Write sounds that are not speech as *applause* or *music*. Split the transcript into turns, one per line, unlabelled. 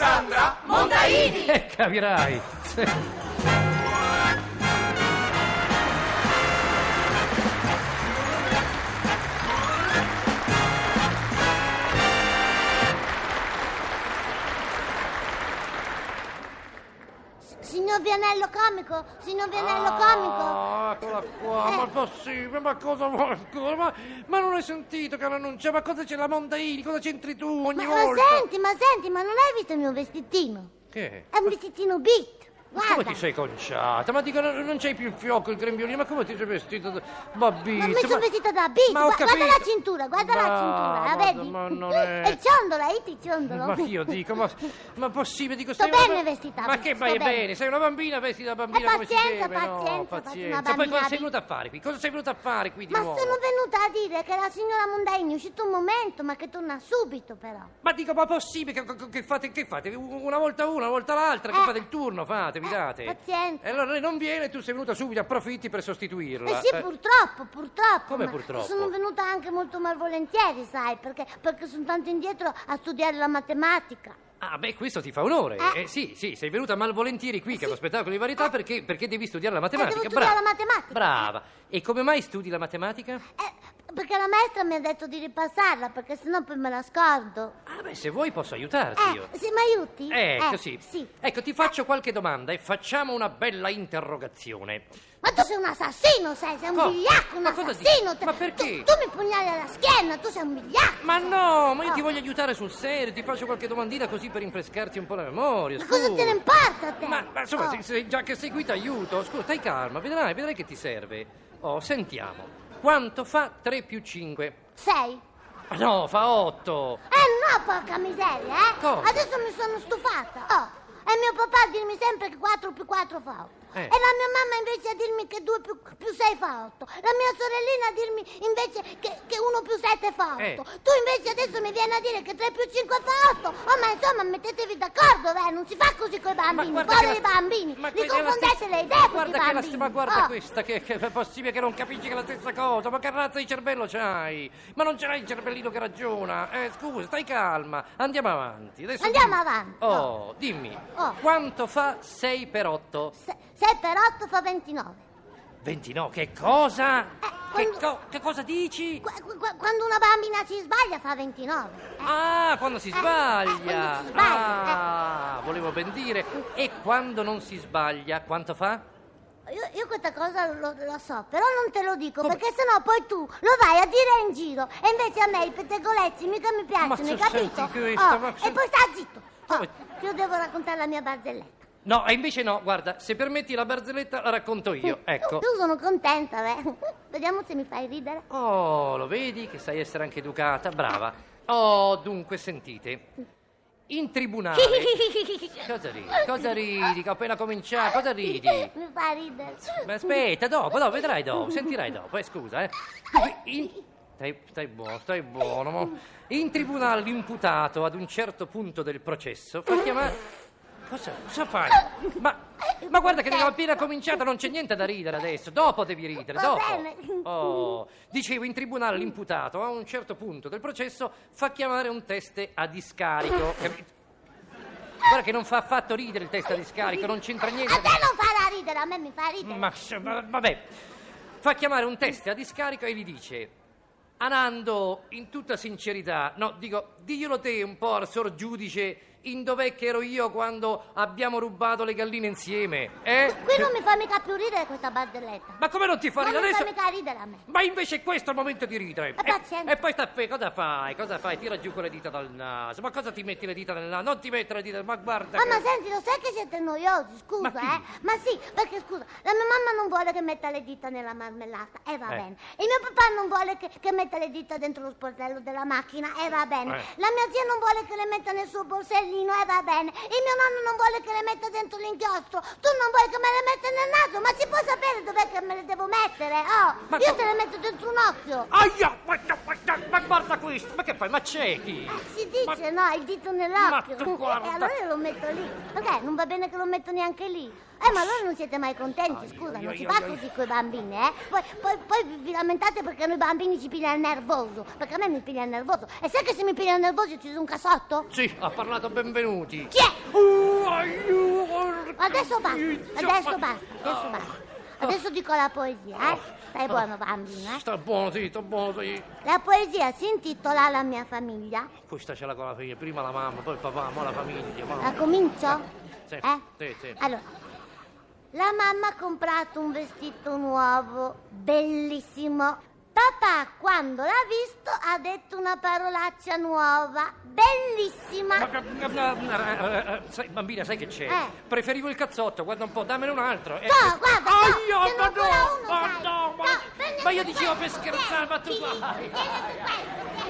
Eh, capirai.
Signor Vianello comico, signor Vianello comico. Eh.
Ah, eccola qua, ma possibile, ma cosa vuoi? scusa, Ma, ma non hai sentito che annuncia? Ma cosa c'è la Mondaini? Cosa c'entri tu ogni
Ma, ma
volta?
senti, ma senti, ma non hai visto il mio vestitino?
Che?
È un vestitino beat.
Come
Guarda.
ti sei conciata? Ma dico, non non c'hai più il fiocco, il grembiolino, ma come ti sei vestito da babbita?
Ma mi sono vestita da beat.
ma ho
Gua- guarda la
capito.
cintura, guarda la
Ma-
cintura, la
ma-
vedi?
ma non
*laughs*
è-
E il ciondolo, hai il ciondolo?
Ma io dico, ma, ma possibile, dico,
Sto
sei una-
bene vestita,
Ma che
sto
vai
bene.
bene, sei una bambina vestita da bambina
Eh,
come si
pazienza,
deve, no,
pazienza, faccio una
Ma poi
bambina
cosa sei
di-
venuta a fare qui? Cosa sei venuta a fare qui di
*laughs* Ma
nuovo?
sono venuta a dire che la signora Mondaini è uscita un momento, ma che torna subito però.
Ma dico, ma possibile che, che- che fate, che fate? Una volta una, una volta l'altra, che
Eh.
fate il turno, fate, vi
Eh,
date.
pazienza.
E allora lei non viene, tu sei venuta subito, approfitti per sostituirla.
Eh sì,
Eh,
purtroppo, purtroppo.
Come
ma
purtroppo?
Sono venuta anche molto malvolentieri, sai, perché, perché sono tanto indietro a studiare la matematica.
Ah, beh, questo ti fa onore.
Eh. Ah.
Eh, sì, sì, sei venuta malvolentieri qui, che è uno spettacolo di varietà, perché, perché devi studiare la
Eh, devo
matematica.
studiare
Brava.
la matematica.
Brava. E come mai studi la matematica?
Eh, perché la maestra mi ha detto di ripassarla, perché sennò poi me la scordo.
Ah, beh, se vuoi posso aiutarti io.
Eh, se mi aiuti?
Ecco,
Eh,
sì. Ecco, ti faccio qualche domanda e facciamo una bella interrogazione.
Ma tu sei un assassino, sai, sei un
Co-
vigliacco, un
ma cosa dici?
assassino. Te-
Ma perché?
Tu, tu mi pugnali alla schiena, tu sei un vigliacco.
Ma no, ma io ti
Oh.
voglio aiutare sul serio, ti faccio qualche domandina così per rinfrescarti un po' la memoria.
Ma cosa
scusa.
te ne importa a te?
Ma, ma insomma,
Oh.
se- se- già che sei qui ti aiuto, scusa, stai calma, vedrai, vedrai che ti serve. Oh, sentiamo. Quanto fa 3 più 5?
Sei?
Ma no, fa 8.
Eh no, porca miseria, eh!
Cosa?
Adesso mi sono stufata. Oh, e mio papà a dirmi sempre che 4 più 4 fa 8.
Eh.
E la mia mamma invece a dirmi che 2 più, 6 fa 8. La mia sorellina a dirmi invece che, 1 più 7 fa 8.
Eh.
Tu invece adesso mi vieni a dire che 3 più 5 fa 8. Oh, ma insomma, mettetevi d'accordo, eh? Non si fa così con i bambini. Poveri bambini,
che
li
è la
confondete
stessa-
le idee con i
guarda che la
bambini.
st- ma guarda
Oh.
questa, che, che è possibile che non capisci che è la stessa cosa? Ma che razza di cervello c'hai? Ma non ce l'hai il cervellino che ragiona? Eh, scusa, stai calma, andiamo avanti. Adesso
Andiamo
dimmi-
avanti,
Oh, dimmi,
Oh.
quanto fa 6 per 8?
6 per 8 fa 29.
29, che cosa?
Eh, quando-
che, co- che cosa dici?
Qu- qu- qu- quando una bambina si sbaglia fa 29.
Ah, quando si
eh,
sbaglia!
quando si sbaglia, eh.
ah, volevo ben dire. E quando non si sbaglia, quanto fa?
Io, io questa cosa lo, lo so, però non te lo dico
Come?
perché sennò poi tu lo vai a dire in giro e invece a me i pettegolezzi mica mi piacciono,
se
hai capito?
senti questa,
Oh,
ma se-
E poi sta zitto. Oh,
Come?
che io devo raccontare la mia barzelletta.
No, e invece no, guarda, se permetti la barzelletta la racconto io, ecco.
Io sono contenta, beh. *laughs* Vediamo se mi fai ridere.
Oh, lo vedi che sai essere anche educata, brava. Oh, dunque, sentite. In tribunale.
*laughs*
Cosa ridi? Cosa ridi? Che ho appena cominciato, Ah, cosa ridi?
mi fa ridere.
Ma aspetta, dopo, dopo, vedrai dopo, sentirai dopo, eh, scusa, eh. Dunque, in- Stai, stai buono, stai buono. mo. In tribunale l'imputato ad un certo punto del processo fa chiamare... Cosa, cosa fai? Ma, ma guarda che abbiamo appena cominciato, non c'è niente da ridere adesso. Dopo devi ridere,
Va
dopo.
bene.
Oh, dicevo, in tribunale l'imputato a un certo punto del processo fa chiamare un teste a discarico. Capito? Guarda che non fa affatto ridere il teste a discarico, non c'entra niente.
A te non farà ridere, a me mi fa ridere.
Ma se- va- vabbè, fa chiamare un teste a discarico e gli dice: Anando, in tutta sincerità, no, dico, diglielo te un po' al sor giudice in dov'è che ero io quando abbiamo rubato le galline insieme, eh?
Qui non mi fa mica più ridere questa barzelletta.
Ma come non ti fa
non
ridere
mi fa
adesso?
mica ridere a me.
Ma invece questo è il momento di ridere.
Ma
E,
pazienza.
e poi sta fe- cosa fai? Cosa fai? Tira giù con le dita dal naso. Ma cosa ti metti le dita nel naso? Non ti mettere le dita, ma guarda.
Ah,
che-
ma senti, lo sai che siete noiosi, scusa,
Ma chi?
eh? Ma sì, perché scusa, la mia mamma non vuole che metta le dita nella marmellata, e va
Eh.
bene. Il mio papà non vuole che, che metta le dita dentro lo sportello della macchina, e va bene.
Eh.
La mia zia non vuole che le metta nel suo borsellino, e va bene. Il mio nonno non vuole che le metta dentro l'inchiostro. Tu non vuoi che me le metta nel naso, ma si può sapere dov'è che me le devo mettere? Oh,
Ma
io
co-
te le metto dentro un occhio.
Aia, guarda, guarda, ma guarda questo. Ma che fai? Ma ciechi?
Si dice, no, il dito nell'occhio.
Ma tu guarda.
E allora io lo metto lì. Perché non va bene che lo metto neanche lì? Eh, ma allora non siete mai contenti, scusa,
ai,
non si
ai,
fa
ai.
così con i bambini, eh? Poi, poi- poi vi- vi lamentate perché noi bambini ci piglia il nervoso, perché a me mi piglia il nervoso. E sai che se mi piglia il nervoso ci sono un casotto?
Sì, ha parlato benvenuti.
Chi è?
Uh, aiuto, Ah.
Adesso basta,
Io-
adesso basta, adesso basta. Adesso dico la
Ah.
poesia, eh? Stai buono bambino, eh?
Sta buono, sì, sta buono, sì.
La poesia si intitola La mia famiglia.
Questa ce l'ha con la figlia, prima la mamma, poi il papà, poi la famiglia. mamma.
La comincio?
Sì,
Eh?
sì, sì.
Allora. La mamma ha comprato un vestito nuovo, bellissimo. Papà, quando l'ha visto, ha detto una parolaccia nuova, bellissima.
Ma- ma- ma- ma- eh, sai, bambina, sai che c'è?
Eh.
Preferivo il cazzotto, guarda un po', dammene un altro. Eh,
No, guarda, no,
Aia,
ce n'ho
ma
ancora
no,
uno,
ma
sai.
no, ma,
No, prendi
ma io
anche
dicevo per
questo.
scherzare, ma tu vai.
Tieni, tieni anche questo, tieni.